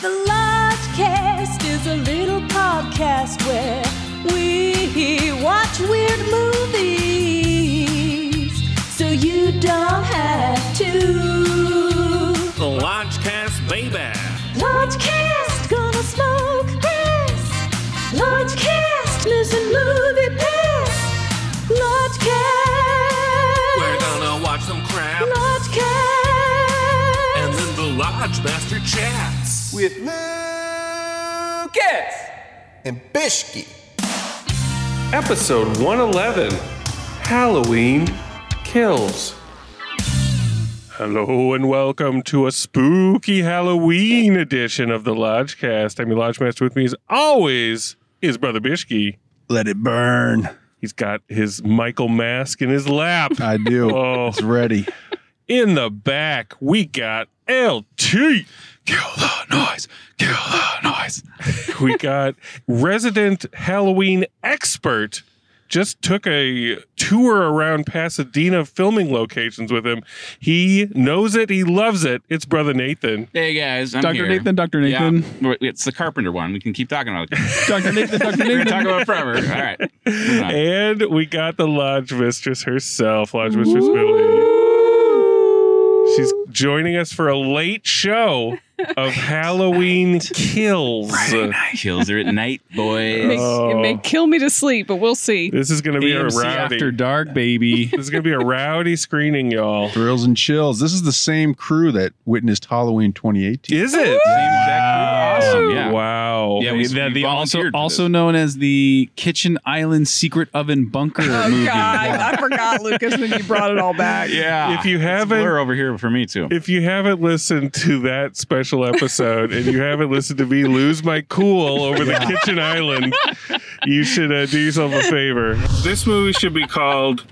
The Lodgecast is a little podcast where we watch weird movies so you don't have to. The Lodgecast Baby. Lodgecast gonna smoke this. Lodgecast listen movie pass. Lodgecast. We're gonna watch some crap. Lodgecast. And then the Lodge Master chats. with Lucas and Bishki. Episode 111 Halloween Kills. Hello and welcome to a spooky Halloween edition of the Lodgecast. I'm your Lodgemaster with me as always is Brother Bishki. Let it burn. He's got his Michael mask in his lap. I do. Oh. It's ready. In the back, we got LT. Kill the noise. Kill the noise. we got resident Halloween expert just took a tour around Pasadena filming locations with him. He knows it. He loves it. It's brother Nathan. Hey guys, I'm Dr. here. Nathan, Dr. Nathan. Yeah, it's the Carpenter one. We can keep talking about it. Dr. Nathan, Dr. We're Nathan. gonna talk about it forever. All right. Moving on. And we got the lodge mistress herself, lodge mistress Billy. She's joining us for a late show of Halloween kills. Kills are at night, boys. Make, It may Oh. kill me to sleep, but we'll see. This is going to be a AMC rowdy. After Dark, baby. this is going to be a rowdy screening, y'all. Thrills and chills. This is the same crew that witnessed Halloween 2018. Is it? Awesome. Yeah. Oh, Wow. Yeah, we, The- we the also volunteered for also this. known as the Kitchen Island Secret Oven Bunker Oh movie. God, I forgot, Lucas, and you brought it all back. Yeah. If you It's a haven't- blur over here for me too. If you haven't listened to that special episode and you haven't listened to me lose my cool over the kitchen island, you should uh, do yourself a favor. This movie should be called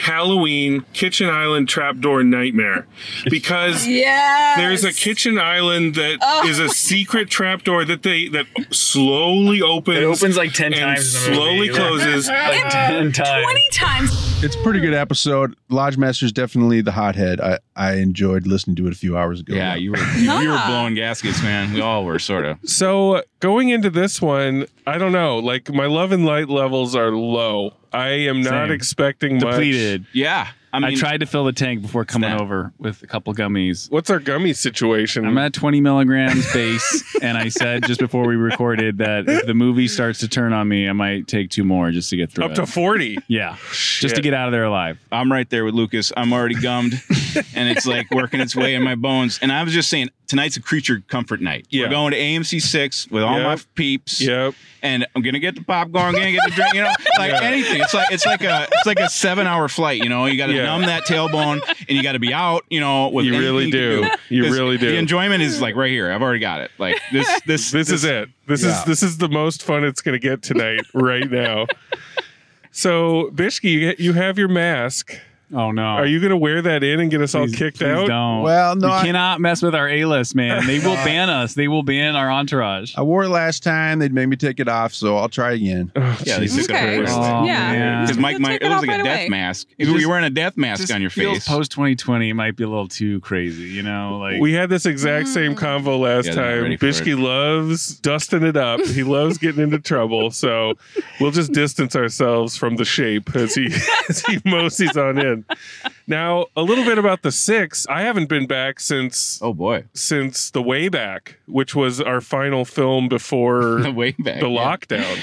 Halloween Kitchen Island Trapdoor Nightmare because Yes. there's a kitchen island that is a secret trapdoor that they that slowly opens. It opens like ten and times. in the slowly movie. closes. Like ten times. Twenty times. It's a pretty good episode. Lodge Master's definitely the hothead. I, I enjoyed listening to it a few hours ago. yeah, you were you, you were blowing gaskets, man. We all were, sort of. So going into this one, I don't know. Like my love and light levels are low. I am not Same. expecting much. depleted. Yeah. I I, mean, tried to fill the tank before coming that. over with a couple gummies. What's our gummy situation? Mm-hmm. I'm at 20 milligrams base, and I said just before we recorded that if the movie starts to turn on me, I might take two more just to get through Up it. to 40. yeah, just to Shit. get out of there alive. I'm right there with Lucas. I'm already gummed, and it's like working its way in my bones. And I was just saying, tonight's a creature comfort night. Yeah. We're going to AMC six with all my Yep. peeps. Yep. and I'm gonna get the popcorn, I'm gonna get the drink, you know, like anything. It's like it's like a it's like a seven hour flight, you know. You gotta Yeah. numb that tailbone and you gotta be out, you know, with You really anything to do. You 'Cause really do. The enjoyment is like right here. I've already got it. Like this this This is it. This is Yeah. this is the most fun it's going to get tonight right now. So, Bishki, you- you have your mask. Oh no. Are you going to wear that in and get us all Please- kicked please out? Don't. Well, no, You I- cannot mess with our A list, man. They will ban us. They will ban our entourage. I wore it last time. They'd made me take it off, so I'll try again. Oh, Yeah, they Jesus took it Okay. Christ. first. Oh, Yeah. man. Because Mike, You'll Mike, take it it looks off like a right death away. mask. It You're just wearing a death mask on your face. Post 2020 might be a little too crazy, you know? Like We had this exact same convo last Yeah, they're not time. ready for Bishki it. loves dusting it up. He loves getting into trouble. So we'll just distance ourselves from the shape as he as he moseys on in. Now, a little bit about the six. I haven't been back since oh boy, since the way back, which was our final film before the way back. the yeah. lockdown.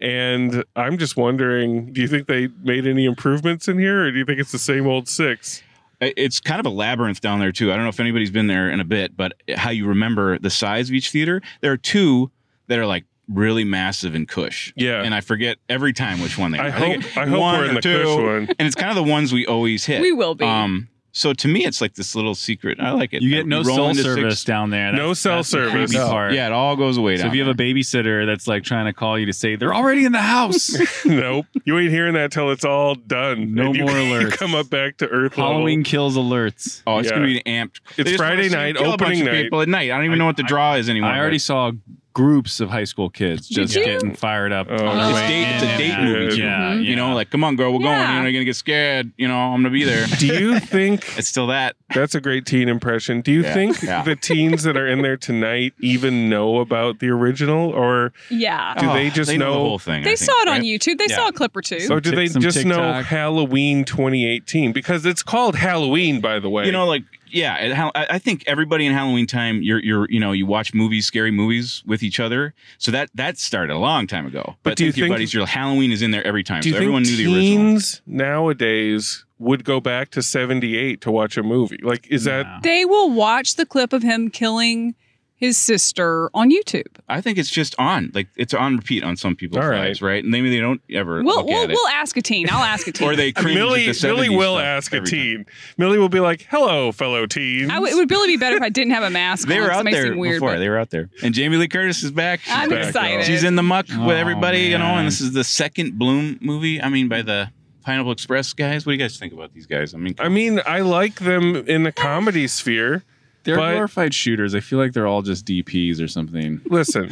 And I'm just wondering, do you think they made any improvements in here, or do you think it's the same old six? It- It's kind of a labyrinth down there too. I don't know if anybody's been there in a bit, but how you remember the size of each theater. There are two that are like really massive and cush. Yeah. and I forget every time which one they are. I think hope it- I hope one we're in or the two, Kush one. And it's kind of the ones we always hit. We will be. Um, So to me, it's like this little secret. I like it. You get no roll cell into service six- down there. No cell the service. creepy No. part. Yeah, it all goes away. So down if you have a babysitter that's like trying to call you to say they're already in the house, nope. You ain't hearing that till it's all done. No And you, more You alerts. come up back to Earth level. Halloween kills alerts. there. oh, it's yeah. gonna be amped. They just wanna Friday see you night, kill a bunch opening of night. People at night. I don't even know what the draw is anymore. I already but saw groups of high school kids just you? getting fired up. Oh, on their It's way date- it's a in and date out. movie, too. Yeah, Mhm. yeah. you know, like, come on, girl, we're Yeah. going. You're not gonna get scared. You know, I'm gonna be there. Do you think it's still that. that's a great teen impression? Do you Yeah, think yeah. the teens that are in there tonight even know about the original, or Yeah. Do they just Oh, the know- whole thing? They I saw think, it on right? YouTube. They Yeah. saw a clip or two. Some or do tic- they some just know TikTok. Halloween 2018? Because it's called Halloween, by the way. You know, like yeah, it- how- I I think everybody in Halloween time, you're you're you know you watch movies, scary movies with each other. So that that started a long time ago. But, do you think your think- buddies, your Halloween is in there every time. do you so think everyone knew the original. teens nowadays would go back to 78 to watch a movie? Like, is that No. They will watch the clip of him killing his sister on YouTube. I think it's just on, like it's on repeat on some people's All right. lives, right? And maybe they don't ever We'll look we'll, at it. we'll ask a teen. I'll ask a teen. or they cringe at Millie? the 70s Millie will stuff ask a every time. teen. Millie will be like, "Hello, fellow teens." I w- it would really be better if I didn't have a mask. They on. were This out may there seem weird, before. but- They were out there, and Jamie Lee Curtis is back. She's I'm back. excited. She's in the muck Oh, with everybody, you know. man. And this is the second Bloom movie. I mean, by the Pineapple Express guys. What do you guys think about these guys? I mean, I mean, I like them in the comedy sphere. they're But- glorified shooters. I feel like they're all just DPs or something. Listen,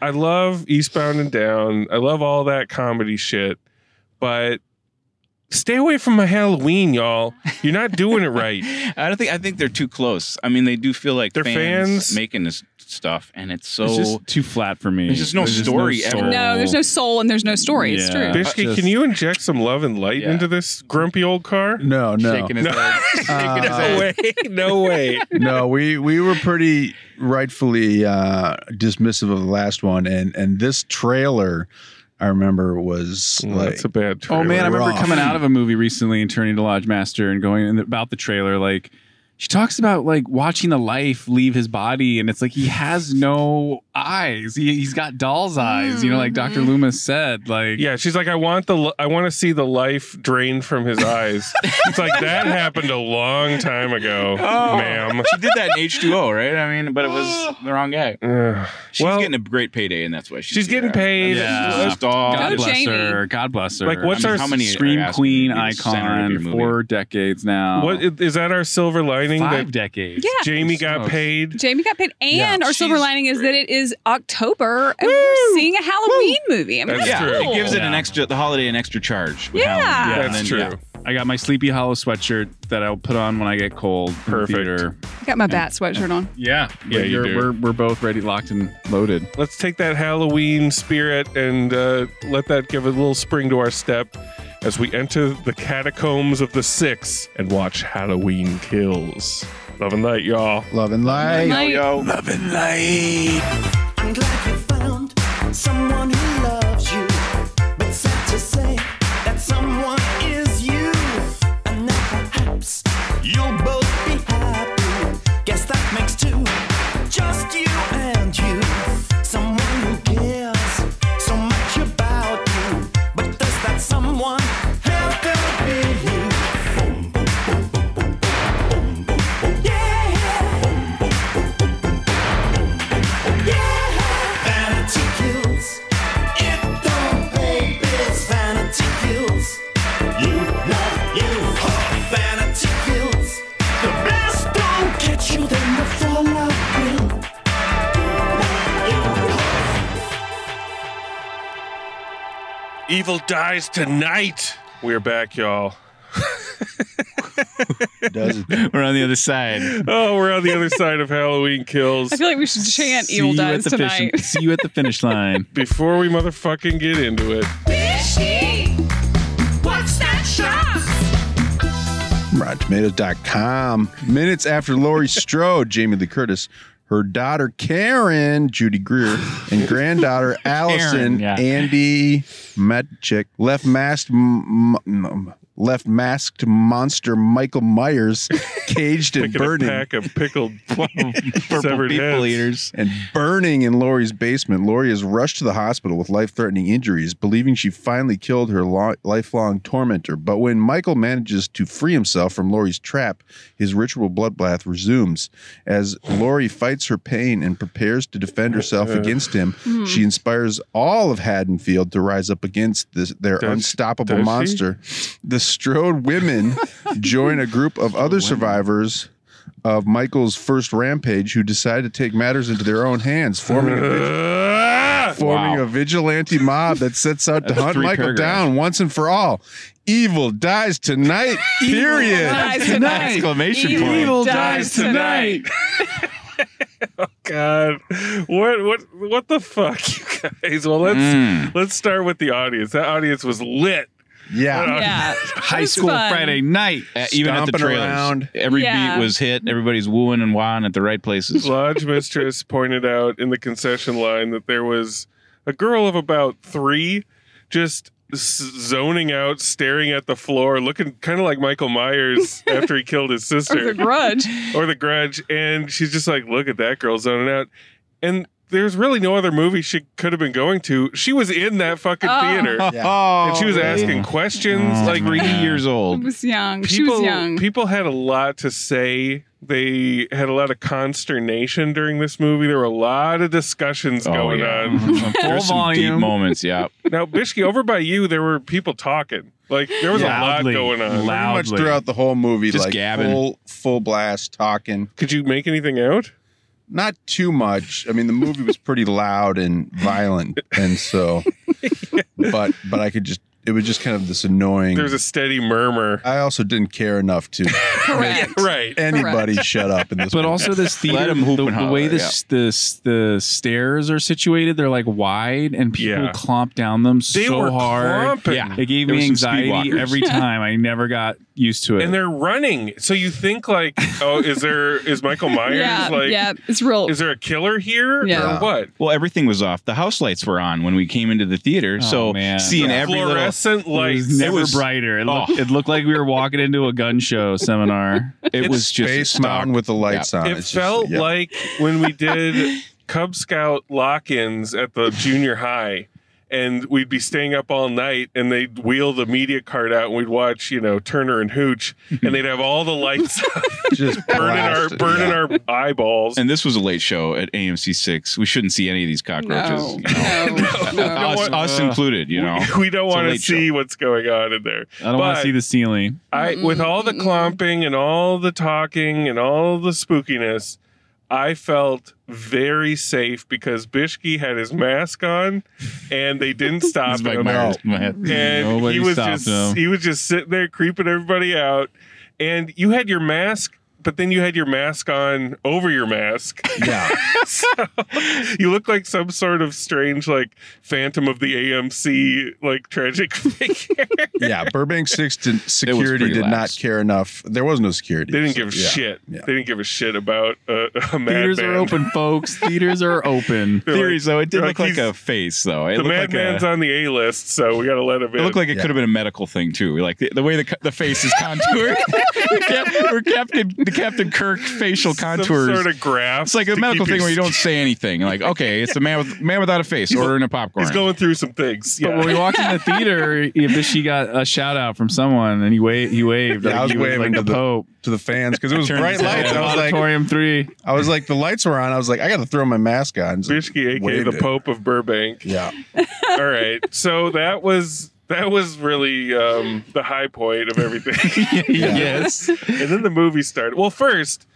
I love Eastbound and Down. I love all that comedy shit, but stay away from my Halloween, y'all. You're not doing it right. I don't think. I think they're too close. I mean, they do feel like They're fans. making this stuff, and it's so. It's just too flat for me. There's just no story ever. soul. No, there's no soul and there's no story. It's Yeah. true. Big- Bishki, just- can you inject some love and light Yeah. into this grumpy old car? No, no, shaking his No. head. Uh, No way. No way. no, we we were pretty rightfully uh, dismissive of the last one, and and this trailer, I remember was Well, like that's a bad trailer. Oh man, I remember Rough. coming out of a movie recently and turning to Lodge Master and going in about the trailer. Like she talks about like watching the life leave his body, and it's like he has no eyes. He he's got doll's eyes. You know, like Doctor Mm-hmm. Loomis said. Like Yeah, she's like, I want the, I want to see the life drained from his eyes. it's like that happened a long time ago, Oh. ma'am. she did that in H two O, right? I mean, but it was the wrong guy. Ugh. She's Well- getting a great payday, and that's why she's, She's getting there. paid. Yeah. Just all- God Go bless Jamie. her. God bless her. Like, what's I our how many are scream asking queen to be the center of your icon movie? for decades now? What is that? Our silver lining Five that decades. Yeah. Jamie got Smokes. paid. Jamie got paid, and Yeah. our silver She's lining is great. that it is October, and we're seeing a Halloween movie. I mean, That's that's, Yeah, true. cool. it gives it an Yeah. extra the holiday an extra charge. with Yeah. Halloween. Yeah, And That's true. then, yeah. I got my Sleepy Hollow sweatshirt that I'll put on when I get cold. in the Perfect. theater. I got my bat sweatshirt on. Yeah. Yeah, you You're- do. We're, we're both ready, locked and loaded. Let's take that Halloween spirit and uh, let that give a little spring to our step as we enter the catacombs of the six and watch Halloween Kills. Love and light, y'all. love and light. Night. I'm glad you found someone who loves you. But sad to say that someone is you. And now perhaps you'll both be happy. Guess that makes two. Just you and you. Someone who cares so much about you. But does that someone have to be you? Yeah. Vanity kills. It don't pay bills. Vanity kills. You love you. Oh, vanity kills. The best don't get you, then the fallout will. You love you. Evil dies tonight. We're back, y'all. Does it? We're on the other side. Oh, we're on the other side of Halloween Kills. I feel like we should chant "Evil See you at Dies the fish- Tonight." see you at the finish line. Before we motherfucking get into it, What's that shot? RottenTomatoes.com. Minutes after Laurie Strode, Jamie Lee Curtis, her daughter Karen, Judy Greer, and granddaughter Allison, yeah. Andy Metchick, left mass, m- m- m- left masked monster Michael Myers caged and Picking a burning pack of pickled severed people heads. eaters. and burning in Lori's basement. Lori is rushed to the hospital with life threatening injuries, believing she finally killed her lo- lifelong tormentor. But when Michael manages to free himself from Lori's trap, his ritual bloodbath resumes. As Lori fights her pain and prepares to defend herself Uh-huh. against him, she inspires all of Haddonfield to rise up against this, their Does- unstoppable does she? monster. The Strode women join a group of other survivors of Michael's first rampage who decide to take matters into their own hands, forming a, Ah! forming Wow. a vigilante mob that sets out to That's hunt three Michael paragraphs. down once and for all. Evil dies tonight, period. Dies tonight. Exclamation Evil point. Evil dies tonight. God, what what what the fuck, you guys? Well, let's Mm. let's start with the audience. That audience was lit. Yeah. Yeah. It High was school fun. Friday night. Uh, even at the Stomping trailers, around. every Yeah. beat was hit. Everybody's wooing and wahing at the right places. Lodge mistress pointed out in the concession line that there was a girl of about three just s- zoning out, staring at the floor, looking kind of like Michael Myers after he killed his Or the sister grudge. or the grudge. And she's just like, look at that girl zoning out. And there's really no other movie she could have been going to. She was in that fucking Oh. theater. Oh, And she was asking questions like Mm-hmm. three years It old. was young. she people was young. people had a lot to say they had a lot of consternation during this movie there were a lot of Oh, discussions going on There was some deep volume. moments. Yeah. now bishki over by you there were people talking like there was Loudly. a lot going on Loud. Pretty much Loudly. throughout the whole movie, Just like gabbing. full full blast talking. could you make anything out Not too much. I mean, the movie was pretty loud and violent, and so, but but I could just. It was just kind of this annoying. there's a steady murmur I also didn't care enough to Correct. right anybody shut up in this. But movie. also this theater, him hoop the, and the way holler, this the the stairs are situated, they're like wide, and people Yeah. clomp down them they so were hard. clomping. Yeah. It gave There me was some anxiety speedwalkers. every time. I never got used to it. and they're running so you think like oh is there is michael myers Yeah. like yeah. It's real. is there a killer here Yeah. or what Well, everything was off. The house lights were on when we came into the theater, Oh, so man. seeing The every little fluorescent it lights was never was- brighter. It, Oh. looked, it looked like we were walking into a gun show seminar. it was just Space stock. Mountain with the lights on. It Uh, It's just- felt yeah. like when we did Cub Scout lock ins at the junior high, and we'd be staying up all night, and they'd wheel the media cart out, and we'd watch, you know, Turner and Hooch, and they'd have all the lights just burning our blasted, burning yeah. our eyeballs. And this was a late show at AMC six. We shouldn't see any of these cockroaches. no. No. no. Us, Uh, us included, you know. we don't It's a want to late see what's going on in there. I don't want But- to see the ceiling. I with all the clomping and all the talking and all the spookiness, I felt very safe because Bishki had his mask on and they didn't stop It's like him. my- my head. And Nobody he was stopped just him. he was just sitting there creeping everybody out. And you had your mask, but then you had your mask on over your mask. Yeah. so you look like some sort of strange like phantom of the AMC like tragic figure. Yeah. Burbank Six did, security pretty did not lax. care enough. There was no security. They didn't so, give a yeah. shit. yeah. They didn't give a shit about uh, a madman. Theaters are open, folks. Theaters are open. They're Theories though, it did they're look like like, he's- a face though. It the looked like madman's a, on the A list, so we gotta let him it in. looked like it Yeah. could have been a medical thing too. Like the, the way the co- the face is contoured, or, Cap, or Captain the Captain Kirk facial contours. Some sort of graph. it's like a medical thing where you don't say anything. Like okay, it's a man with man without a face ordering a popcorn. He's going through some things. But Yeah. when we walked in the theater, Ibishi got a shout out from someone, and he waved. He waved. Yeah, I was he waving like to the the- Pope. To the fans because it was Turns bright out- lights. I was like, Auditorium three. I was like, the lights were on. I was like, I got to throw my mask on. So Bishki, aka waved the it. Pope of Burbank. Yeah. All right. So that was that was really um, the high point of everything. Yes. and then the movie started. Well, first.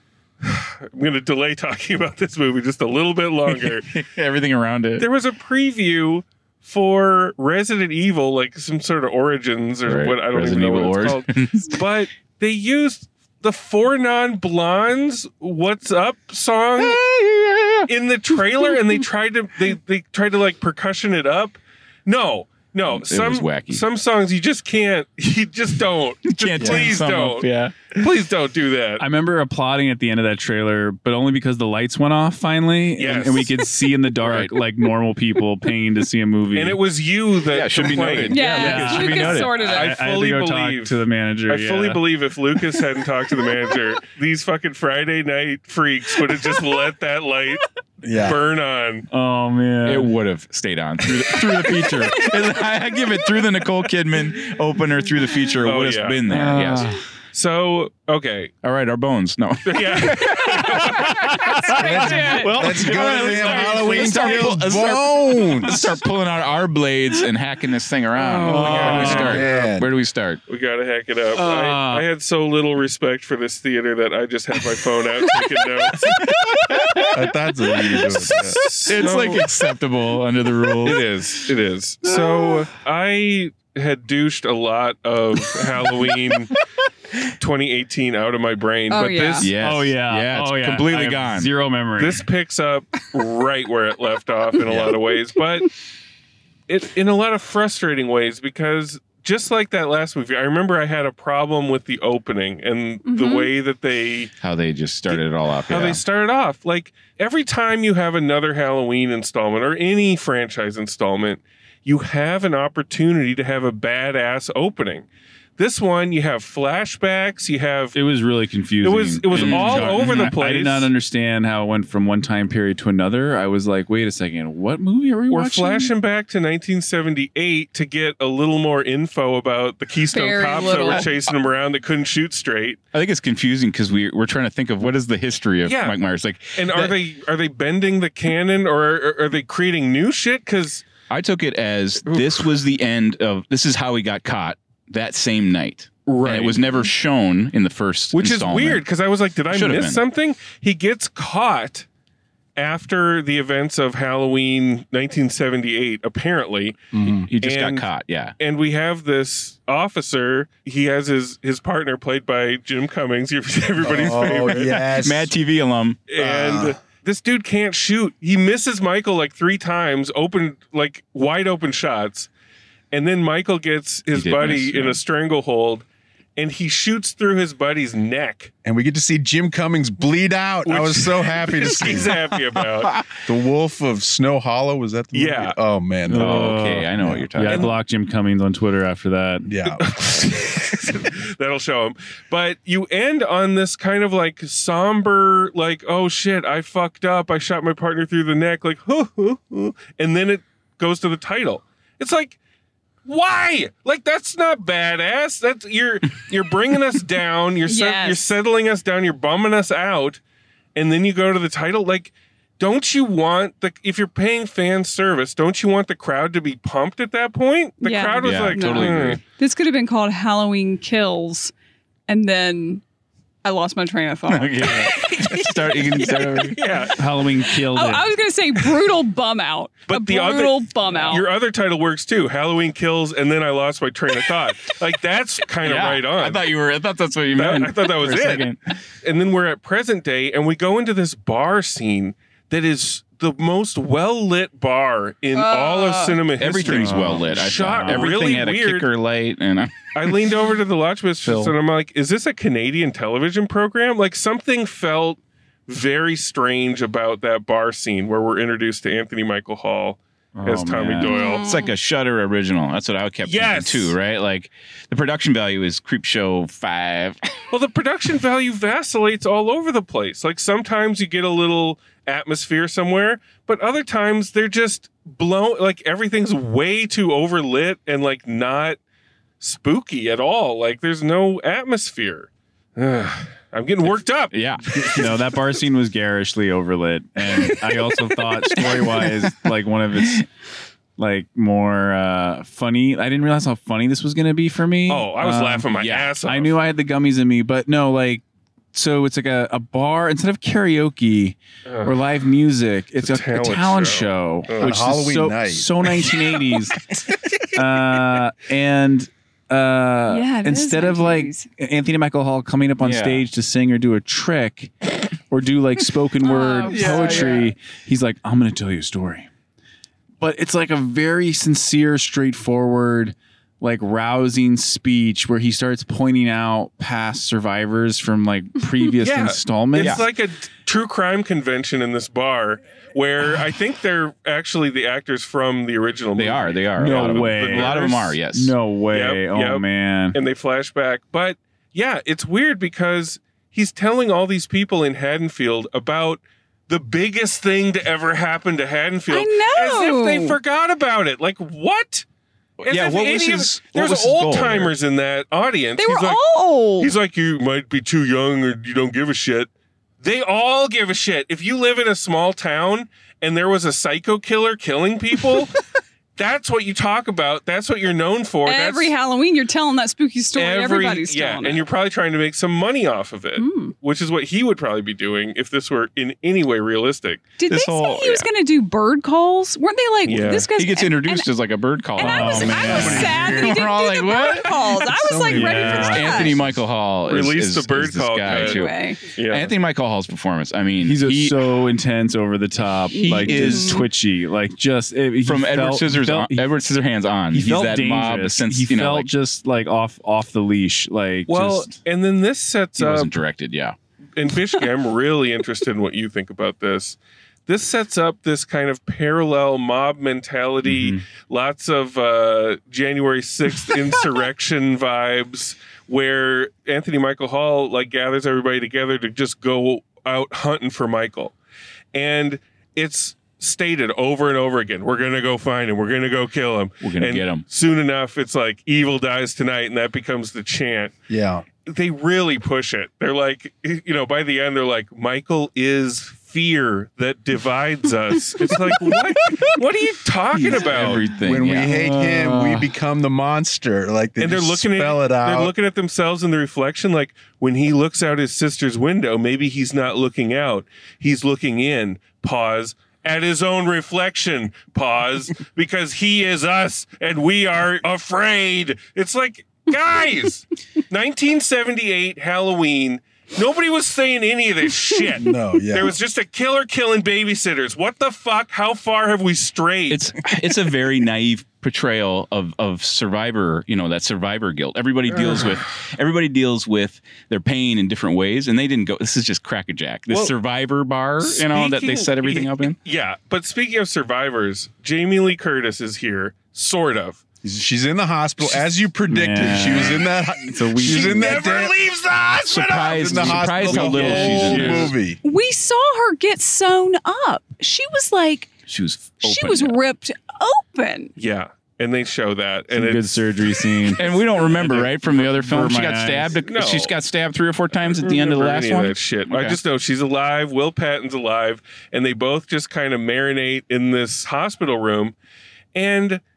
I'm going to delay talking about this movie just a little bit longer. everything around it. there was a preview for Resident Evil, like some sort of Origins or Right. what I don't Resident even know Evil what it's called. but they used the four non blondes "What's Up" song in the trailer, and they tried to they they tried to like percussion it up. No, No, It some was wacky. some songs you just can't. You just don't. can't Just please turn some don't. up, yeah. Please don't do that. I remember applauding at the end of that trailer, but only because the lights went off finally, and- Yes. and, we could see in the dark like normal people paying to see a movie. and it was you that Yeah, should be complained. noted. Yeah, Yeah. Lucas sorted it. I I, I had to fully go believe- talk to the manager. I fully yeah. believe if Lucas hadn't talked to the manager, these fucking Friday night freaks would have just let that light Yeah. burn on. Oh man, It would have stayed on through the, through the feature. I I give it through the Nicole Kidman opener, through the feature. It Oh, would have yeah. been there. Ah. yes. So okay, All right, our bones. No. yeah, well, Let's go to damn Halloween Let's start, Kills pull- let's start- Bones. let's start pulling out our blades and hacking this thing around. Oh, Where do we start? man. Where do we start? we gotta hack it up. Ah. I, I had so little respect for this theater that I just had my phone out taking notes. I thought so. You were doing that. It's like acceptable under the rules. It is. It is. So I had douched a lot of Halloween 2018 out of my brain, Oh, but yeah. this Yes. Oh yeah. Yeah. it's oh yeah. I Completely have gone. Zero memory. this picks up right where it left off in a lot of ways, but it in a lot of frustrating ways because just like that last movie, I remember I had a problem with the opening and the Mhm. way that they How they just started it all off. how they yeah. started off. Like every time you have another Halloween installment or any franchise installment, you have an opportunity to have a badass opening. This one, you have flashbacks, you have it was really confusing. It was- it was And all dark. over the I- I, place. did not understand how it went from one time period to another. I was like, wait a second, what movie are we We're watching? flashing back to 1978 to get a little more info about the Keystone Very cops little. that were chasing them around that couldn't shoot straight. I think it's confusing because we we're trying to think of what is the history of Yeah. Mike Myers. Like, And are That- they are they bending the canon or are, are they creating new shit? Because I took it as Oof. this was the end of this is how he got caught that same night. And it was never shown in the first which is installment. weird because I was like, did I Should've miss been. something? He gets caught after the events of Halloween 1978, apparently. He just And- got caught. Yeah. and we have this officer. He has his his partner played by Jim Cummings, your- everybody's Oh, favorite. yes. Mad TV alum. And Ah. this dude can't shoot. He misses Michael like three times, open like wide open shots, and then Michael gets his did buddy miss, in yeah. a stranglehold, and he shoots through his buddy's neck, and we get to see Jim Cummings bleed out. I Which- was so happy to which see he's that. happy about. the Wolf of Snow Hollow. Was that the movie? Yeah. Oh man. that- Oh, okay. I know what you're talking Yeah, I about. blocked Jim Cummings on Twitter after that. Yeah. That'll show him. But you end on this kind of like somber, like, oh shit, I fucked up. I shot my partner through the neck, like, hoo, hoo, hoo. and then it goes to the title. It's like, why? Like that's not badass. That's you're you're bringing us down. You're set- Yes. you're settling us down. You're bumming us out, and then you go to the title. Like, don't you want the if you're paying fan service? Don't you want the crowd to be pumped at that point? The Yeah. crowd was Yeah, like, totally "Hmm." agree. This could have been called Halloween Kills, and then I lost my train of thought. Okay. start, you can start over. Yeah, Halloween killed Oh, it. I was gonna say brutal bum out, But a the other- brutal bum out. Your other title works too. Halloween kills, and then I lost my train of thought. like that's kind of Yeah. right on. I thought you were. I thought that's what you That- meant. I thought that was for a it. second. and then we're at present day, and we go into this bar scene that is the most well lit bar in all of cinema history. Everything's well lit. I Shot thought. Everything really had a weird. kicker light, and I, I leaned over to the Lodgemistress Phil. and I'm like, is this a Canadian television program? Like something felt very strange about that bar scene where we're introduced to Anthony Michael Hall as Oh, Tommy man. Doyle. it's like a Shutter original. That's what I kept Yes. thinking too. Right? Like the production value is Creep Show Five. Well, the production value vacillates all over the place. Like sometimes you get a little atmosphere somewhere, but other times they're just blown. Like everything's way too overlit and like not spooky at all. Like there's no atmosphere. Ugh, I'm getting worked up. Yeah. no, that bar scene was garishly overlit, and I also thought story wise, like one of its like more uh funny. I didn't realize how funny this was gonna be for me. Oh, I was Um, laughing my ass off. I knew I had the gummies in me, but no, like so it's like a, a bar instead of karaoke Ugh. or live music, it's, a a, a talent talent, show. show, Ugh. which On Halloween is so, night. so 1980s. uh, and uh, Yeah, it is instead of like 1980s. Anthony Michael Hall coming up on Yeah. stage to sing or do a trick or do like spoken Oh, word yeah, poetry, he's like, I'm going to tell you a story. but it's like a very sincere, straightforward, like rousing speech where he starts pointing out past survivors from like previous Yeah. installments. It's like a t- true crime convention in this bar where I think they're actually the actors from the original movie. They are. They are. No a lot of them- way. a lot of them are. Yes. no way. Yep, oh yep. man. And they flash back. But yeah, it's weird because he's telling all these people in Haddonfield about the biggest thing to ever happen to Haddonfield. I know. As if they forgot about it. Like, what? As Yeah, if what was any of- his- what was There's his goal old timers in that audience. They He's were like, old. He's like, you might be too young or you don't give a shit. They all give a shit. If you live in a small town and there was a psycho killer killing people, that's what you talk about. That's what you're known for. every that's Halloween, you're telling that spooky story. Everybody's yeah, telling and it. Hmm? you're probably trying to make some money off of it, which is what he would probably be doing if this were in any way realistic. Did they this say whole- he was going to do bird calls? Weren't they like Yeah. this guy's? He gets and- introduced And, as like a bird Oh, caller. and I Oh, was, I was sad that he We're didn't all do like, the what? bird calls. I was like ready yeah. for that. Anthony Michael Hall. Is, Release is- the bird is this call, guy guys. too. Anyway, Yeah. Anthony Michael Hall's performance. I mean, He's a, he, so intense, over the top, He like just is- twitchy, like just it, he from Edward felt- Scissors felt- he- Edward Scissorhands on. he he's felt that mob dangerous. since he you know felt like, just like off off the leash, like Well, just, and then this sets he up wasn't directed. Yeah, and Bishke, I'm really interested in what you think about this. This sets up this kind of parallel mob mentality, Mm-hmm. lots of uh, January 6th insurrection vibes, where Anthony Michael Hall like gathers everybody together to just go out hunting for Michael. And it's stated over and over again, we're gonna go find him, we're gonna go kill him. We're gonna and get him. Soon enough, it's like evil dies tonight, and that becomes the chant Yeah. they really push it. They're like, you know, by the end, they're like, Michael is fear that divides us. it's like, what? What are you talking about? everything. When yeah. we hate him, we Uh. become the monster. Like they and they're looking spell at it out. they're looking at themselves in the reflection. Like when he looks out his sister's window, maybe he's not looking out. He's looking in. Pause. At his own reflection, pause, because he is us and we are afraid. It's like, guys, 1978 Halloween, nobody was saying any of this shit. no, yeah. There was just a killer killing babysitters. What the fuck? How far have we strayed? it's it's a very naive portrayal of of survivor you know that survivor guilt everybody deals with everybody deals with their pain in different ways and they didn't go this is just crackerjack this Well, survivor bar you know that they Speaking- set everything up in Yeah, but speaking of survivors, Jamie Lee Curtis is here, sort of. She's in the hospital as you predicted. Man. She was in that. a weird- She was in that Never damn- leaves the hospital. surprised in the surprised hospital how the little she's whole in there. movie. we saw her get sewn up. She was like, she was she open, was yeah. ripped open. Yeah, and they show that, and some good it's surgery scene. and we don't remember right from the other film Burn she my got eyes. stabbed No. she got stabbed three or four times at the end of the remember last Mm-hmm. any one that shit. I Okay. just know she's alive. Will Patton's alive, and they both just kind of marinate in this hospital room. And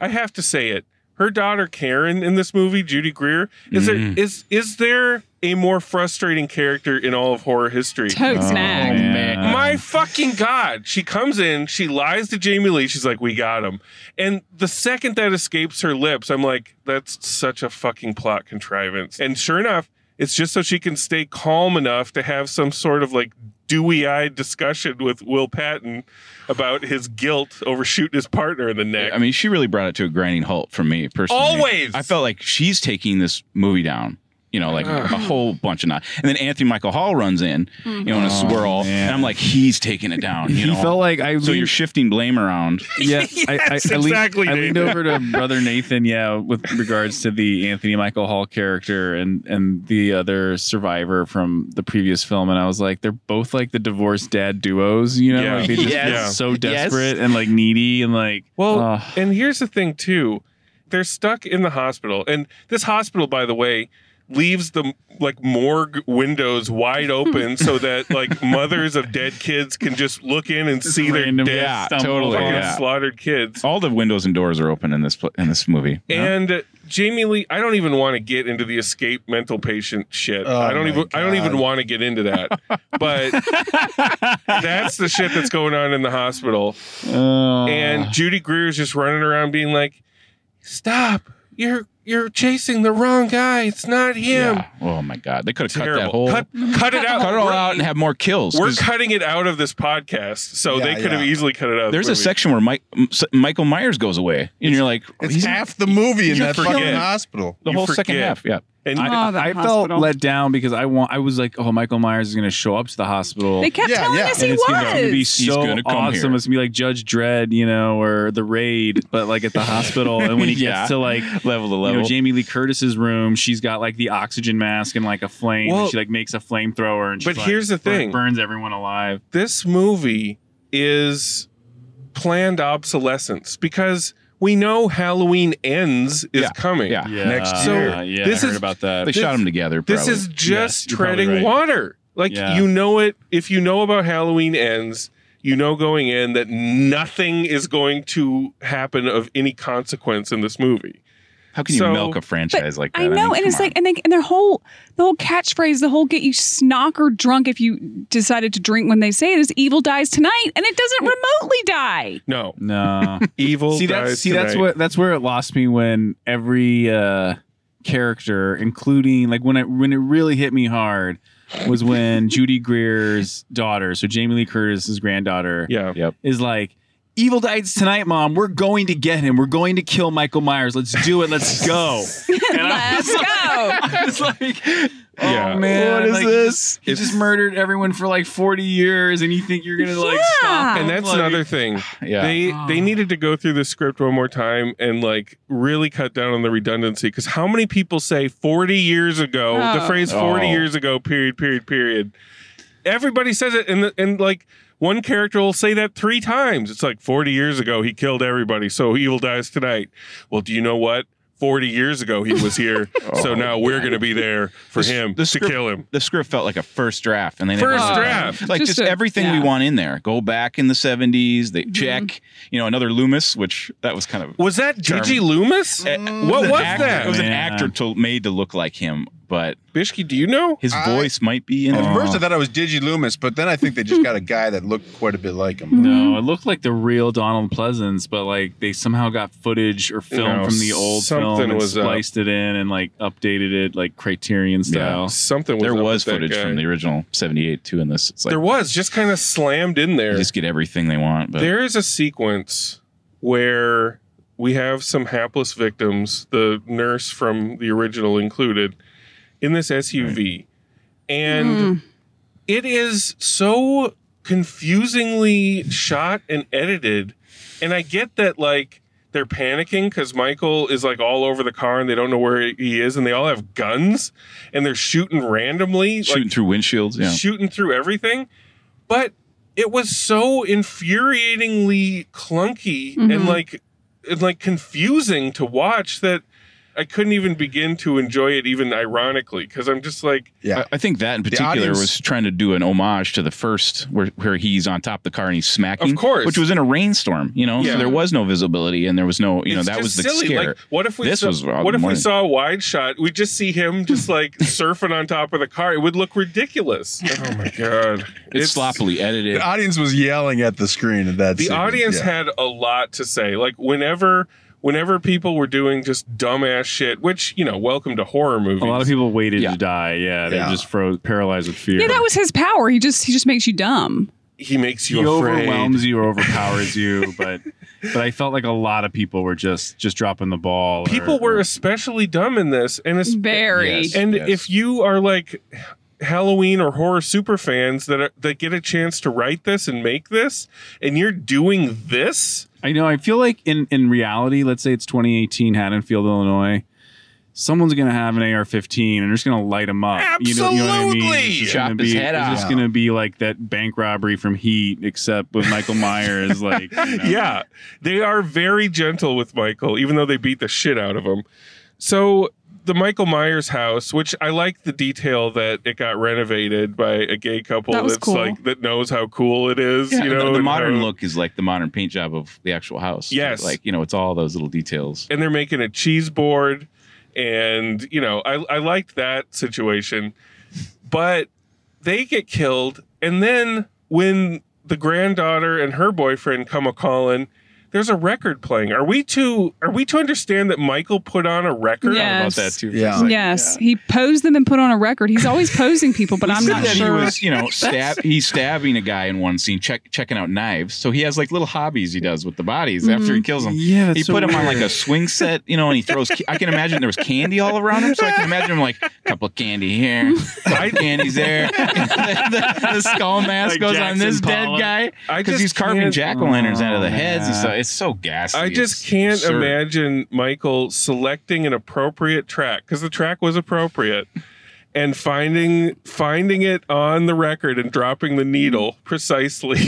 I have to say it. Her daughter Karen in this movie, Judy Greer, is Mm. there is is there a more frustrating character in all of horror history? Oh, Totes nag. Oh, man. My fucking god! She comes in, she lies to Jamie Lee. She's like, "We got him," and the second that escapes her lips, I'm like, "That's such a fucking plot contrivance." And sure enough, it's just so she can stay calm enough to have some sort of like dewy-eyed discussion with Will Patton about his guilt over shooting his partner in the neck. I mean, she really brought it to a grinding halt for me personally. Always. I felt like she's taking this movie down. You know, like a whole bunch of not. And then Anthony Michael Hall runs in, you know, in a swirl, man. and I'm like, he's taking it down. You he know, felt like I. so you're shifting blame around. yeah, I, I, Yes, I leaned- exactly, I leaned Nathan. over to brother Nathan. Yeah, with regards to the Anthony Michael Hall character and and the other survivor from the previous film, and I was like, they're both like the divorced dad duos. You know, Yeah. like they just Yes. get Yeah. so desperate and like needy and like Well, ugh. and here's the thing too. They're stuck in the hospital. And this hospital, by the way, leaves the like morgue windows wide open so that like mothers of dead kids can just look in and see their random- dead yeah, stumble totally, fucking upon yeah. Oh, slaughtered kids. All the windows and doors are open in this pl- in this movie. And uh, Jamie Lee, I don't even want to get into the escape mental patient shit. Oh I don't my even I don't even God. want to get into that. but that's the shit that's going on in the hospital. Uh, Uh. and Judy Greer's just running around being like, "Stop! You're You're chasing the wrong guy. It's not him. Yeah. Oh my god, they could have cut that Terrible. whole Cut, cut it out. cut it all We're- out and have more kills. We're 'cause cutting it out of this podcast, so Yeah, they could have yeah. easily cut it out. of the there's a movie. section where Mike, M- S- Michael Myers goes away, and you're like, It's he's- half the movie in you that forget. fucking hospital. the you whole second forget. half. Yeah, And I, Oh, that I felt hospital. let down because I want. I was like, oh, Michael Myers is going to show up to the hospital. They kept Yeah, telling yeah. us and he it's was. gonna be He's so gonna come awesome. here. It's gonna be like Judge Dredd, you know, or the raid, but like at the hospital. And when he Yeah. gets to like level to you level. know, Jamie Lee Curtis's room, she's got like the oxygen mask and like a flame. Well- and she like makes a flamethrower and she's, But like, here's the bur- thing. burns everyone alive. this movie is planned obsolescence because we know Halloween ends is Yeah, coming. yeah. Next Yeah, year. yeah, yeah, This I heard is- about that. they this- shot them together. This probably. is just Yes, you're probably treading right. water. Like Yeah. you know it if you know about Halloween ends, you know going in that nothing is going to happen of any consequence in this movie. how can you so- milk a franchise like that? I know, mean, and it's come like, and they, and their whole, the whole catchphrase, the whole "get you snock or drunk if you decided to drink" when they say it is "evil dies tonight," and it doesn't remotely die. No. No. Evil see dies that's see that's tonight. what that's where it lost me when every uh character including like when it when it really hit me hard was when judy greer's daughter so jamie lee curtis's granddaughter Yeah. Yep. is like evil dies tonight mom we're going to get him we're going to kill michael myers let's do it let's go Let's go. it's like Yeah. oh man What is like, this? he just murdered everyone for like 40 years and you think you're gonna like Yeah. stop and him? that's Like, Oh. another thing. Yeah. They they needed to go through the script one more time and like really cut down on the redundancy because how many people say 40 years ago the Oh. phrase 40 Oh. years ago period period period everybody says it and the, and like one character will say that three times it's like 40 years ago he killed everybody so evil dies tonight well do you know what 40 years ago he was here so now we're going to be there for Oh, The s- him the to script- kill him the script felt like a first draft, and they never first went back. draft like Just just, a- everything yeah. Mm-hmm. we want in there. Go back in the '70s. They check, you know, another Loomis, which that was kind of was that Gigi Charming. Loomis? Eh, what an was actor- that? It was an Man. actor to, made to look like him, but Bishki, do you know? his I- voice might be in. At it. Oh. first, I thought it was Digi Loomis, but then I think they just got a guy that looked quite a bit like him. Mm-hmm. hmm. No, it looked like the real Donald Pleasance, but like they somehow got footage or film No, from the old film something and was up. spliced it in and like updated it like Criterion style. Something was there up was with that footage guy. from the original '78 too in this. It's like there was just kind of slammed in they there. just get everything they want, but There is a sequence where we have some hapless victims, the nurse from the original included, in this SUV. And Hmm. it is so confusingly shot and edited. And I get that, like, they're panicking because Michael is like all over the car and they don't know where he is, and they all have guns and they're shooting randomly. shooting like, through windshields. Yeah, shooting through everything. But it was so infuriatingly clunky and like and like confusing to watch that I couldn't even begin to enjoy it even ironically because I'm just like Yeah. I, I think that in particular audience- was trying to do an homage to the first, where where he's on top of the car and he's smacking, Of course. which was in a rainstorm. You know, Yeah. so there was no visibility and there was no, you know, it's that was just the silly. scare. Like, what if we This saw, was uh, Rob what if we Morton. saw a wide shot? We just see him just like surfing on top of the car. It would look ridiculous. Oh my god! it's, sloppily edited. The audience was yelling at the screen at that. the sequence, audience yeah. had a lot to say like whenever whenever people were doing just dumbass shit which you know welcome to horror movies A lot of people waited Yeah. to die. Yeah, they Yeah. just froze, paralyzed with fear. Yeah, that was his power. He just he just makes you dumb. he makes he you afraid overwhelms you or overpowers you, but but I felt like a lot of people were just just dropping the ball. or- people were or- especially dumb in this and it's Very. Yes. and if you are like Halloween or horror super fans that are, that get a chance to write this and make this, and you're doing this. I know. I feel like in in reality, let's say it's 2018, Haddonfield, Illinois. Someone's gonna have an AR-15 and they're just gonna light them up. You know, you know what I mean? Absolutely! It's just Chop gonna his be, head It's off. just gonna be like that bank robbery from Heat, except with Michael Myers. like, you know. Yeah, they are very gentle with Michael, even though they beat the shit out of him. So the Michael Myers house, which I like the detail that it got renovated by a gay couple That was that's cool. like that knows how cool it is. Yeah, you the- know, the, and modern how- look is like the modern paint job of the actual house. Yes. like you know, it's all those little details. and they're making a cheese board, and you know, I I liked that situation, but they get killed, and then when the granddaughter and her boyfriend come a calling. there's a record playing. Are we to are we to understand that Michael put on a record? Yes. about that too. for a Yeah. second. yes, he posed them and put on a record. He's always posing people, but I'm He not said that sure. He was, you know, stab. He's stabbing a guy in one scene, check, checking out knives. So he has like little hobbies he does with the bodies after he Mm-hmm. kills them. Yeah, that's he so put him on like weird. a swing set, you know, and he throws. ca- I can imagine there was candy all around him, so I can imagine him like a couple of candy here, couple of candies there. the, the- the skull mask Like goes on Jackson this Pollock. dead guy I because just he's carving can't- jack o' lanterns out of the Oh, heads and man. stuff. It's so ghastly. I just It's can't absurd. imagine Michael selecting an appropriate track because the track was appropriate and finding finding it on the record and dropping the needle precisely.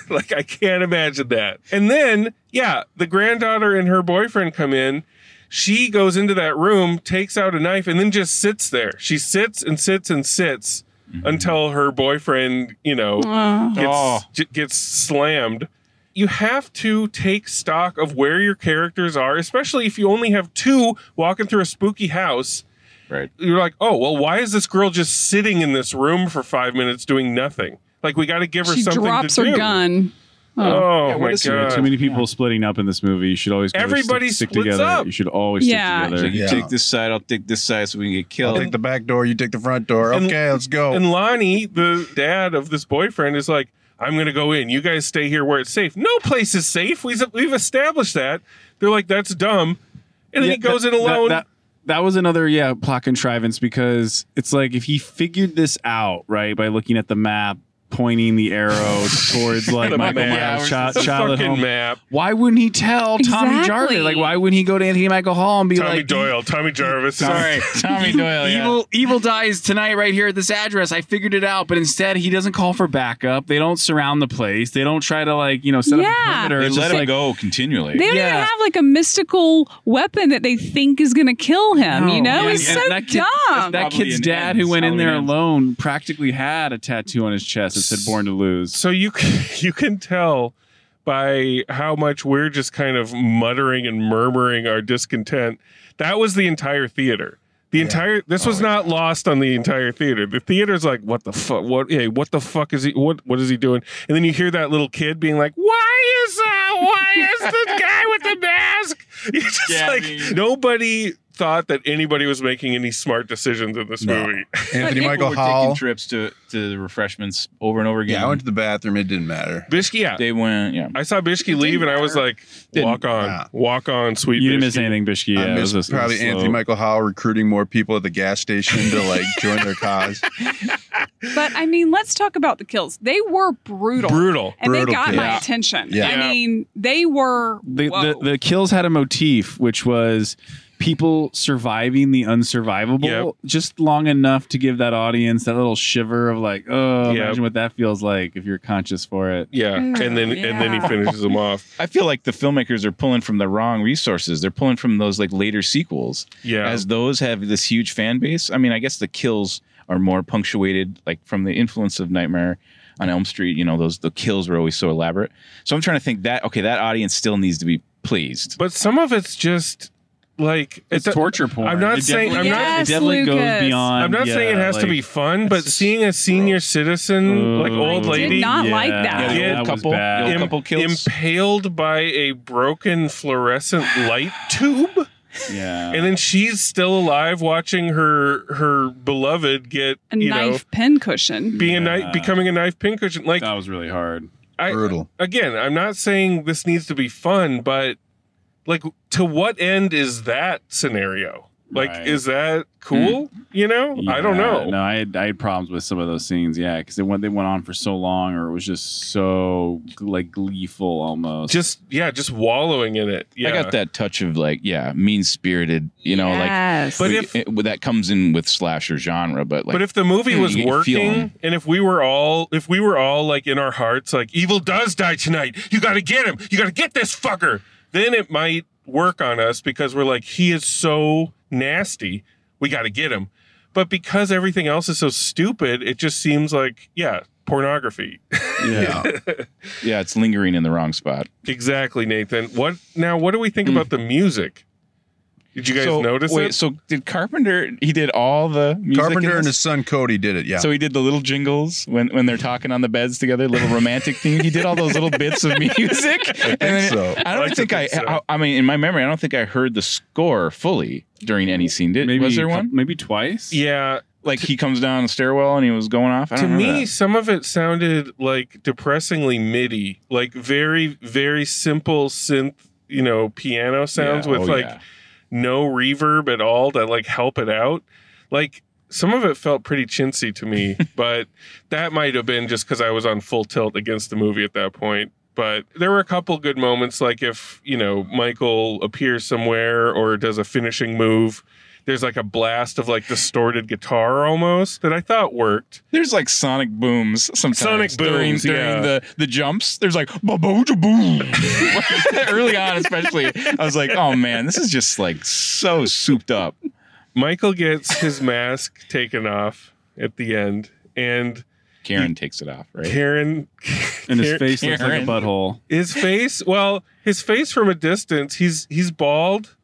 like I can't imagine that. And then, yeah, the granddaughter and her boyfriend come in. She goes into that room, takes out a knife, and then just sits there. She sits and sits and sits until her boyfriend, you know, Oh. gets Oh. j- gets slammed. You have to take stock of where your characters are, especially if you only have two walking through a spooky house. Right. You're like, oh well, why is this girl just sitting in this room for five minutes doing nothing? Like we got to give her she something drops to her do. gun. Oh my Too- Too god! many people splitting up in this movie. You should always go Everybody stick, stick splits together. up. You should always Yeah. stick So together. you Yeah. take this side, I'll take this side, so we can get I'll killed. take the back door. You take the front door. And- Okay, let's oh. go. And Lonnie, the dad of this boyfriend, is like, I'm gonna go in. You guys stay here where it's safe. No place is safe. We've we've established that. They're like, that's dumb. And Yeah, then he goes that- in alone. That, that, that was another yeah plot contrivance because it's like if he figured this out right by looking at the map, pointing the arrow towards like Michael map. Myers' Yeah, child, it's a child at fucking home. map. Why wouldn't he tell Tommy Exactly. Jarvis? Like why wouldn't he go to Anthony Michael Hall and be Tommy like Doyle, Tommy Jarvis. Sorry, Tommy Doyle. yeah. Evil evil dies tonight right here at this address. I figured it out, but instead he doesn't call for backup. They don't surround the place. They don't try to like, you know, set up a Yeah. perimeter. They It's let just him like, go continually. They don't even Yeah. have like a mystical weapon that they think is going to kill him. you No. know, Yeah, it's yeah, so that kid- dumb. That Probably kid's an dad end. who went in there Probably an end. alone practically had a tattoo on his chest that said born to lose. So you can, you can tell by how much we're just kind of muttering and murmuring our discontent. That was the entire theater. The entire this Oh, was not lost on the entire theater. The theater's like, what the fuck? What? Hey, what the fuck is he? What? What is he doing? And then you hear that little kid being like, "Why is that? Why is the guy with the mask?" It's just Yeah, I like mean- nobody thought that anybody was making any smart decisions in this movie. Anthony People Michael were Hall. taking trips to, to the refreshments over and over again. Yeah, I went to the bathroom. It didn't matter. Bishki, yeah, they went, yeah. I saw Bishki leave, and I was like, "Walk on, Yeah. walk on, sweet." You didn't Bishki. miss anything, Bishki. Yeah, I it miss was a- it was probably slow. Anthony Michael Howell recruiting more people at the gas station to like join their cause. but I mean, let's talk about the kills. They were brutal. Brutal. And they Brutal got kills. my Yeah. attention. Yeah. I mean, they were. the, whoa. the the kills had a motif which was people surviving the unsurvivable Yep. just long enough to give that audience that little shiver of like oh Yep. imagine what that feels like if you're conscious for it Yeah, Mm, and then and then he yeah. finishes him off. I feel like the filmmakers are pulling from the wrong resources. They're pulling from those like later sequels. Yeah, As those have this huge fan base. I mean, I guess the kills are more punctuated like from the influence of Nightmare on Elm Street, you know, those the kills were always so elaborate. So I'm trying to think that okay, that audience still needs to be pleased. but some of it's just like it's a- torture porn I'm not It saying- definitely- I'm not- it definitely Yes, goes Lucas. beyond I'm not yeah, saying it has to like- be fun, but it's just seeing a senior citizen, like Ooh. old I did lady, not like yeah, that. that Yeah, the was old couple- bad. the old couple kills. impaled by a broken fluorescent light tube, yeah and then she's still alive, watching her her beloved get a you knife pincushion. know being a Yeah. knife, becoming a knife pincushion. Like that was really hard I, Brutal. again, I'm not saying this needs to be fun, but like to what end is that scenario? Like, Right. Hmm. is that cool? You know, I don't Yeah, know. no I had, I had problems with some of those scenes yeah because they went they went on for so long or it was just so like gleeful almost Just yeah, just wallowing in it. Yeah, I got that touch of like, yeah, mean spirited, you know, like yes. But We- if- it- that comes in with slasher genre, but like, hmm, but if the movie you was get- you feel 'em. working, and if we were all, if we were all like in our hearts, like evil does die tonight. You got to get him. You got to get this fucker. Then it might work on us because we're like, he is so nasty. We got to get him. But because everything else is so stupid, it just seems like yeah, pornography. Yeah. yeah, it's lingering in the wrong spot. Exactly, Nathan. What now? What do we think about the music? Did you guys Hmm. So- notice wait, it? So did Carpenter? He did all the music in Carpenter and his this? son Cody did it. Yeah. So he did the little jingles when, when they're talking on the beds together, little romantic thing. He did all those little bits of music. I think so. I I don't like to think, I, think so. I. I mean, in my memory, I don't think I heard the score fully during any scene. Did Maybe was there a cou- one? Maybe twice. yeah. Like he comes down the stairwell and he was going off. I To don't remember me, that. some of it sounded like depressingly MIDI, like very, very simple synth, you know, piano sounds Yeah, with oh, like yeah. no reverb at all to like help it out. Like some of it felt pretty chintzy to me, but that might have been just because I was on full tilt against the movie at that point. But there were a couple good moments, like if you know Michael appears somewhere or does a finishing move. There's like a blast of like distorted guitar almost that I thought worked. there's like sonic booms sometimes. Sonic during, booms, during yeah. the the jumps. There's like ba boom boom. Early on, especially, I was like, oh man, this is just like so souped up. Michael gets his mask taken off at the end, and Karen takes it off, right? Karen And his Karen- face looks like a Karen. butthole. His face, well, his face from a distance, he's he's bald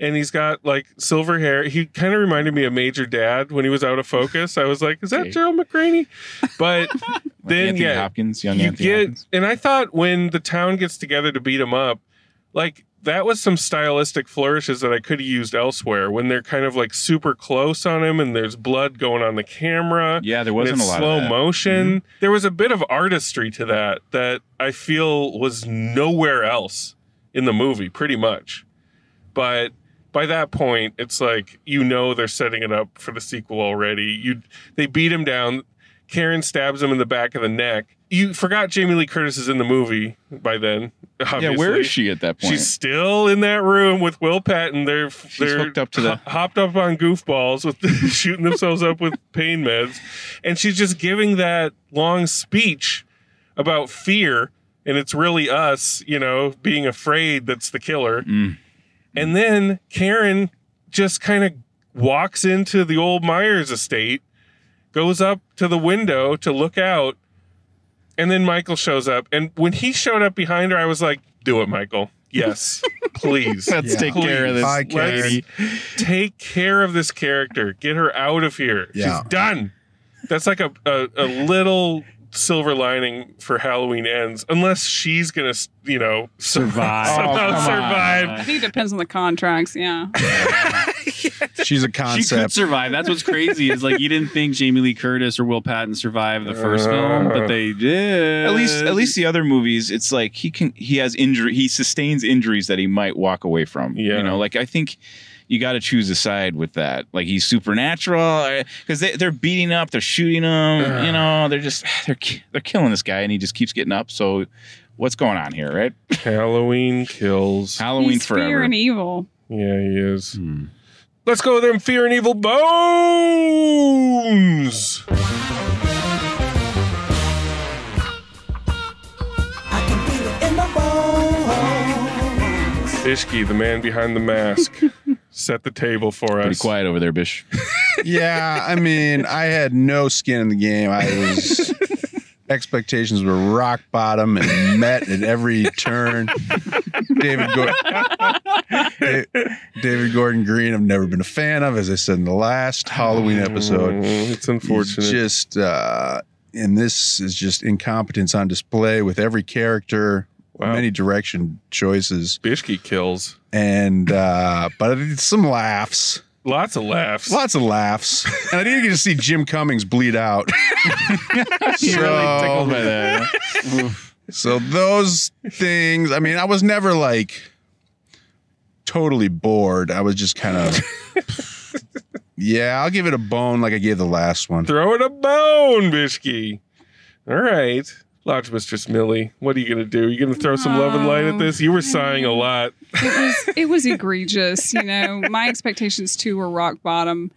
and he's got like silver hair. He kind of reminded me of Major Dad when he was out of focus. I was like, is that Okay. Gerald McCraney? But Like then Anthony yeah, Hopkins, young you Anthony get Hopkins. and I thought when the town gets together to beat him up, like that was some stylistic flourishes that I could have used elsewhere when they're kind of like super close on him and there's blood going on the camera. Yeah, there and wasn't a it's lot slow of that. Mm-hmm. motion. There was a bit of artistry to that that I feel was nowhere else in the movie, pretty much. But by that point, it's like you know they're setting it up for the sequel already. You they beat him down. Karen stabs him in the back of the neck. You forgot Jamie Lee Curtis is in the movie by then. Obviously. Yeah, where is she at that point? She's still in that room with Will Patton. They're they're hooked up to the- ho- hopped up on goofballs with shooting themselves up with pain meds, and she's just giving that long speech about fear, and it's really us, you know, being afraid that's the killer. Mm. And then Karen just kind of walks into the old Myers estate, goes up to the window to look out, and then Michael shows up. And when he showed up behind her, I was like, do it, Michael. Yes, please. Let's Yeah. take care of this Bye, Karen. lady. Take care of this character. Get her out of here. Yeah. She's done. That's like a, a, a little silver lining for Halloween ends, unless she's going to, you know, Survive. somehow Oh, come on. survive. I think it depends on the contracts. Yeah. She's a She could concept. survive. That's what's crazy is like you didn't think Jamie Lee Curtis or Will Patton survived the first film, but they did. Uh, At least, at least the other movies, it's like he can he has injury he sustains injuries that he might walk away from. Yeah. you know, like I think you got to choose a side with that. Like he's supernatural because they they're beating up, they're shooting him. you know, they're just they're ki- they're killing this guy, and he just keeps getting up. So what's going on here, right? Halloween kills. Halloween He's forever. fear and evil. Yeah, he is. Hmm. Let's go with them fear and evil bones. I can feel it in my bones. Ishki, the man behind the mask, set the table for us. Pretty quiet over there, Bish. yeah, I mean, I had no skin in the game. I was expectations were rock bottom and met at every turn. David Gordon, David Gordon Green, I've never been a fan of, as I said in the last Halloween episode. Mm, it's He's unfortunate. Just uh, and this is just incompetence on display with every character, Wow. many direction choices, Ishki kills. and uh, but it's some laughs. Lots of laughs. Lots of laughs. And I didn't get to see Jim Cummings bleed out. You're really so, tickled by that. so those things, I mean, I was never like totally bored. I was just kind of Yeah, I'll give it a bone like I gave the last one. Throwing a bone, Bishki. All right. Lodge Mistress Millie, what are you going to do? You going to throw some love and light at this? You were sighing a Mm. lot. It was it was egregious. You know, my expectations too were rock bottom,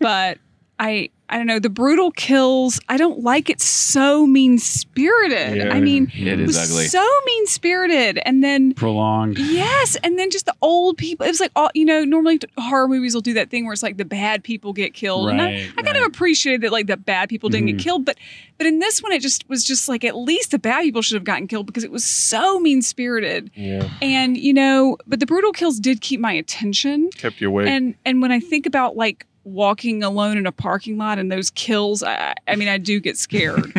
but I I don't know, the brutal kills. I don't like it so mean spirited. Yeah. I mean, It was is ugly. so mean spirited. And then Prolonged. Yes, and then just the old people. It was like all you know. Normally horror movies will do that thing where it's like the bad people get killed, and I, Right, I kind of appreciated that like the bad people didn't Mhm. get killed, but but in this one it just was just like at least the bad people should have gotten killed because it was so mean spirited, Yeah. and you know. But the brutal kills did keep my attention, Kept you awake. and and when I think about like walking alone in a parking lot and those kills, I I- I mean I do get scared.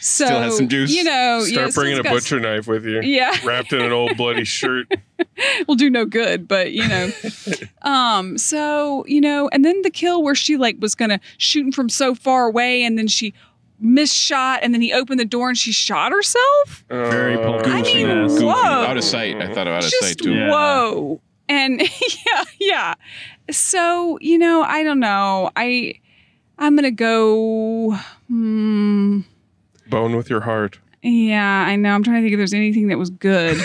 so Still has some juice. you know. yeah, Start oh, it's- bringing it's a got- butcher knife with you. Yeah. Wrapped in an old bloody shirt. will do no good, but you know. um, so, you know, and then the kill where she like was gonna shoot him from so far away and then she missed shot and then he opened the door and she shot herself. Very Uh, Pulp I mean, Fiction-esque. whoa. Out of sight. I thought out of sight Just too. Yeah. whoa. And yeah, yeah. So, you know, I don't know. I I'm gonna go hmm. Bone with your heart. Yeah, I know. I'm trying to think if there's anything that was good.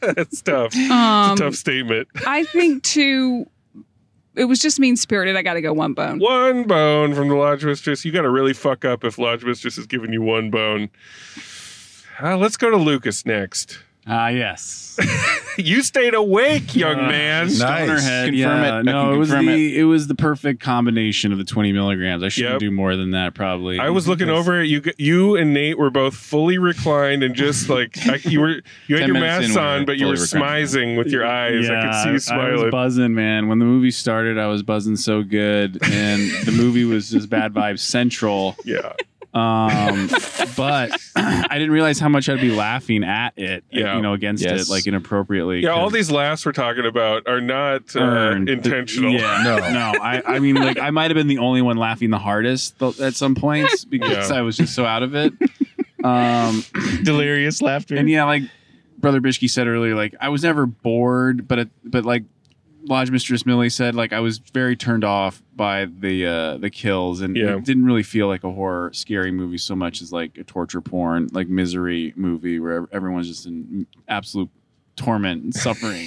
That's tough. It's Um, a tough statement. I think too. It was just mean spirited. I got to go one bone. One bone from the Lodge Mistress. You got to really fuck up if Lodge Mistress is giving you one bone. Uh, let's go to Lucas next. Ah, yes. You stayed awake, young Uh, man. Stoner Nice. head. Confirm it. yeah. I No, can it was confirm the it. was the perfect combination of the 20 milligrams. I shouldn't Yep. do more than that, probably. I was looking over at you. You and Nate were both fully reclined and just like I, you were. You had Ten your mask minutes in, we on, were but you were fully reclined. smizing with your eyes. I could see you I smiling. was buzzing, man. When the movie started, I was buzzing so good, and the movie was just bad vibes central. yeah, Um, but I didn't realize how much I'd be laughing at it, Yeah. you know, against Yes. it like inappropriately. yeah. All 'cause- these laughs we're talking about are not uh, earned. intentional. Yeah, no, no. I, I mean, like, I might have been the only one laughing the hardest th- at some points because Yeah. I was just so out of it. Um, Delirious laughter. and yeah, like Brother Bishke said earlier, like I was never bored, but it, but like Lodge Mistress Millie said, like I was very turned off by the uh, the kills, and Yeah. it didn't really feel like a horror, scary movie so much as like a torture porn, like misery movie where ev- everyone's just in absolute torment and suffering.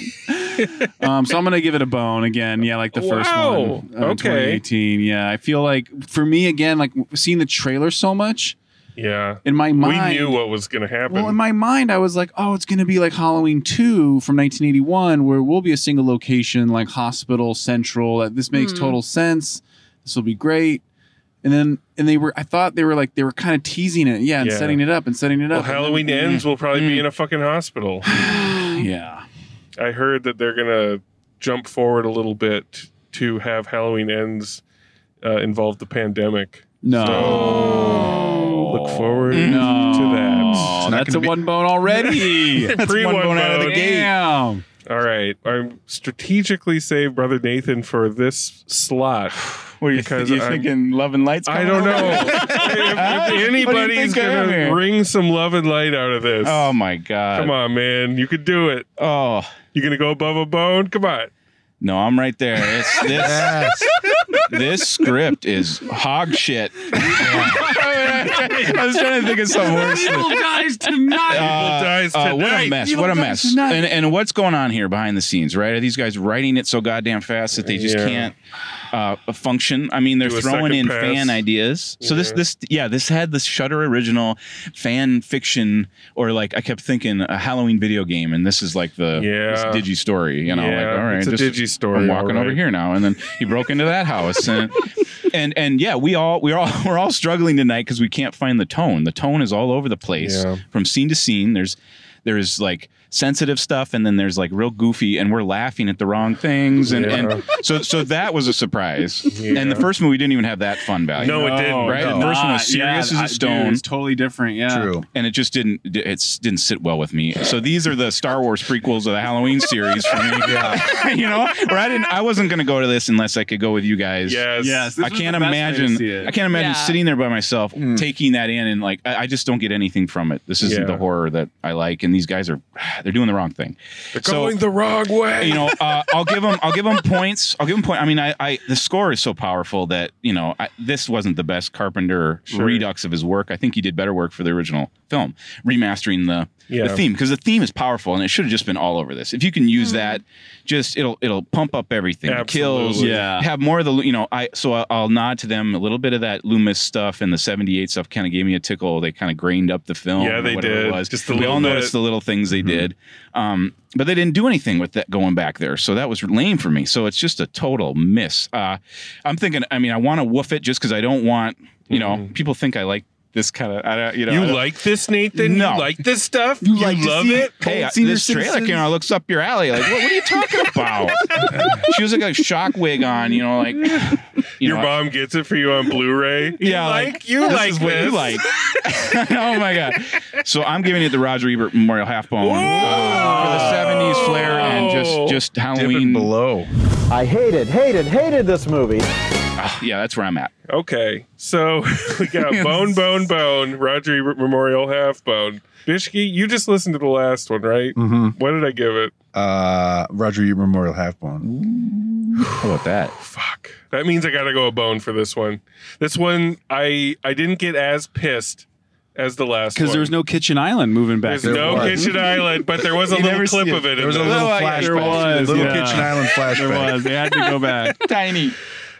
um, so I'm gonna give it a bone again. Yeah, like the first Wow. one, uh, Okay. 2018. Yeah, I feel like for me again, like w- seeing the trailer so much yeah. in my mind, we knew what was going to happen. well, in my mind, I was like, oh, it's going to be like Halloween 2 from 1981, where we'll be a single location, like hospital, central. That This makes Hmm. total sense. This will be great. And then, and they were, I thought they were like, they were kind of teasing it. Yeah. And Yeah. setting it up and setting it Well, up. and Halloween ends. We'll probably Mm. be in a fucking hospital. then- yeah. I heard that they're gonna jump forward a little bit to have Halloween ends uh, involve the pandemic. No. So look forward No. to that. Oh, that's a gonna be- one bone already. That's Pre one one bone out of the bone. gate. Damn. All right, I'm strategically saved, brother Nathan, for this slot. What are you, Because you I'm- thinking? Love and lights. I coming don't up? know if, What do if you anybody's think I am gonna here? wring some love and light out of this. Oh my god. Come on, man, you could do it. Oh You gonna go above a bone? Come on. no, I'm right there. It's this. this script is hog shit. I was trying to think of something worse. Evil dies tonight. Uh, dies uh, what tonight. a mess! Evil What a dies mess! tonight. And, and what's going on here behind the scenes? Right? Are these guys writing it so goddamn fast that they just Yeah. can't uh, function? I mean, they're Do a throwing second in pass. fan ideas. So this, Yeah. this, yeah, this had the Shutter original fan fiction, or like I kept thinking a Halloween video game, and this is like the Yeah. this digi story. You know, Yeah, like all right, it's a just- digi story, I'm walking all over right. here now, and then he broke into that house and. And and yeah, we all we're all we're all struggling tonight because we can't find the tone. The tone is all over the place Yeah. from scene to scene. There's there's like sensitive stuff, and then there's like real goofy, and we're laughing at the wrong things, and, Yeah. and so so that was a surprise. And Yeah. the first movie didn't even have that fun value. No, it didn't. Right? No. The first one was Yeah, serious I- as a dude, stone, it's totally different. Yeah. True. and it just didn't it didn't sit well with me. So these are the Star Wars prequels of the Halloween series for me. you know, where I didn't I wasn't going to go to this unless I could go with you guys. Yes. Yes. This I was can't the best way to imagine. see it. Mm. I can't imagine Yeah. sitting there by myself, taking that in, and like I, I just don't get anything from it. This isn't Yeah. the horror that I like, and these guys are they're doing the wrong thing. They're going the wrong way. You know, uh, I'll give them. I'll give them points. I'll give them point. I mean, I, I the score is so powerful that you know I, this wasn't the best Carpenter Sure. redux of his work. I think he did better work for the original film, remastering the Yeah. the theme because the theme is powerful and it should have just been all over this. If you can use that, just it'll it'll pump up everything. The Kills, Absolutely. Yeah. Have more of the you know I so I'll, I'll nod to them a little bit of that Loomis stuff and the '78 stuff kind of gave me a tickle. They kind of grained up the film. Yeah, or they whatever did. It was. Just a we little all noticed bit. Mm-hmm. the little things they did, um, but they didn't do anything with that going back there. So that was lame for me. So it's just a total miss. Uh, I'm thinking. I mean, I want to woof it just because I don't want you know people think I like this kind of. I don't you know I Mm-hmm. You don't- like this, Nathan? No. You like this stuff? you like to love see it? Hey, Senior this trailer Citizens? camera looks up your alley. Like, what, what are you talking about? she was like a shock wig on, you know, like you Your know, mom gets it for you on Blu-ray. Yeah, you like, like, you this like is this. what you like. oh my god! So I'm giving it the Roger Ebert Memorial Half Bone uh, for the '70s flair and just just Dip Halloween. it below. I hated, hated, hated this movie. Yeah, that's where I'm at. Okay, so we got Bone, Bone, Bone, Roger Ebert Memorial Half Bone. Bishki, you just listened to the last one, right? Mm-hmm. Mhm. What did I give it? Uh, Roger Ebert Memorial Half Bone. How about that? Fuck. That means I gotta go a bone for this one. This one, I I didn't get as pissed as the last one Because there was no Kitchen Island moving back. there. There's no was. Kitchen Island, but there was a You little never clip see it. of it. There in was a there. Oh, little flashback. there was, little yeah. Kitchen Island There flashback. was. They had to go back. Tiny.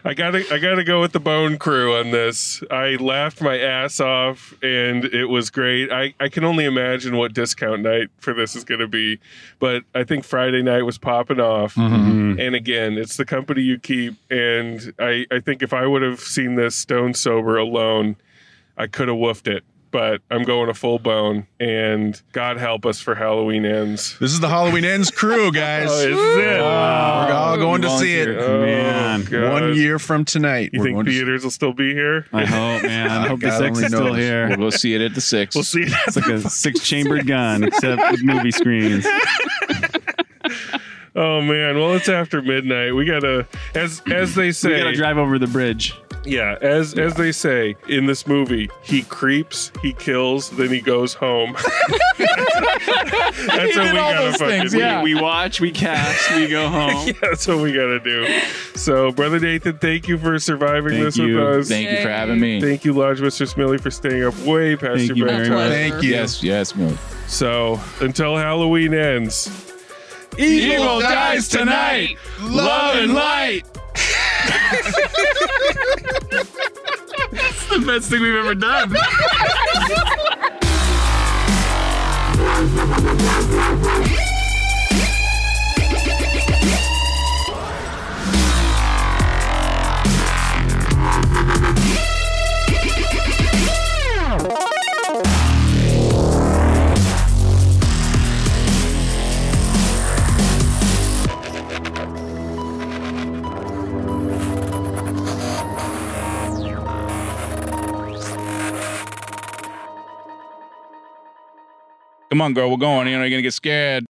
I gotta I gotta go with the bone crew on this. I laughed my ass off and it was great. I, I can only imagine what discount night for this is gonna be. But I think Friday night was popping off. Mm-hmm. Mm-hmm. And again, it's the company you keep. And I, I think if I would have seen this stone sober alone, I could have woofed it. But I'm going a full bone and God help us for Halloween ends. This is the Halloween Ends crew, guys. Oh, it's it. We're all going to see Volunteer. it. Oh, Man. God. One year from tonight. You we're think going to- theaters will still be here? I hope, man. I hope the God sex only is still knows. here. We'll go see it at the six. We'll see. It's like a six chambered gun, except with movie screens. Oh man, well it's after midnight. We gotta, as as they We say, gotta drive over the bridge. yeah, as as they say in this movie, he creeps, he kills, then he goes home. That's what we gotta fucking do. We, we watch, we cast, we go home. That's what we gotta do. So, brother Nathan, thank you for surviving Thank this you. with us. Thank you for having me. Thank you, Lodge Mr. Smilly, for staying up way past Thank your you bedtime. very much. Thank you. Yes, yes, Millie. So, until Halloween ends, Evil dies tonight. Love and light. That's the best thing we've ever done. Come on, girl, we're going. You know, you're gonna get scared.